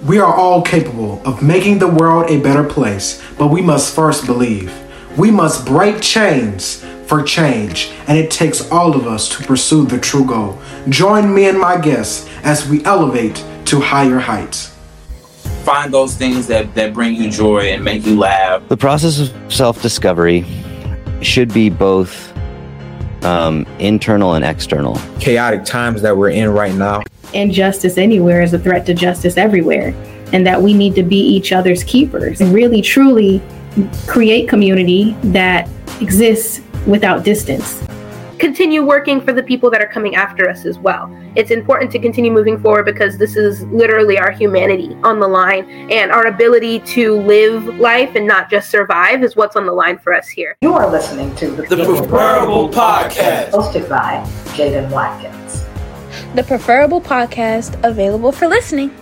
We are all capable of making the world a better place, but we must first believe. We must break chains for change, and it takes all of us to pursue the true goal. Join me and my guests as we elevate to higher heights. Find those things that, that bring you joy and make you laugh. The process of self discovery should be both um, internal and external. Chaotic times that we're in right now. Injustice anywhere is a threat to justice everywhere, and that we need to be each other's keepers and really, truly create community that exists without distance. Continue working for the people that are coming after us as well. It's important to continue moving forward because this is literally our humanity on the line, and our ability to live life and not just survive is what's on the line for us here. You are listening to The Preferable Podcast, hosted by Jaden Watkins. The Preferable Podcast, available for listening.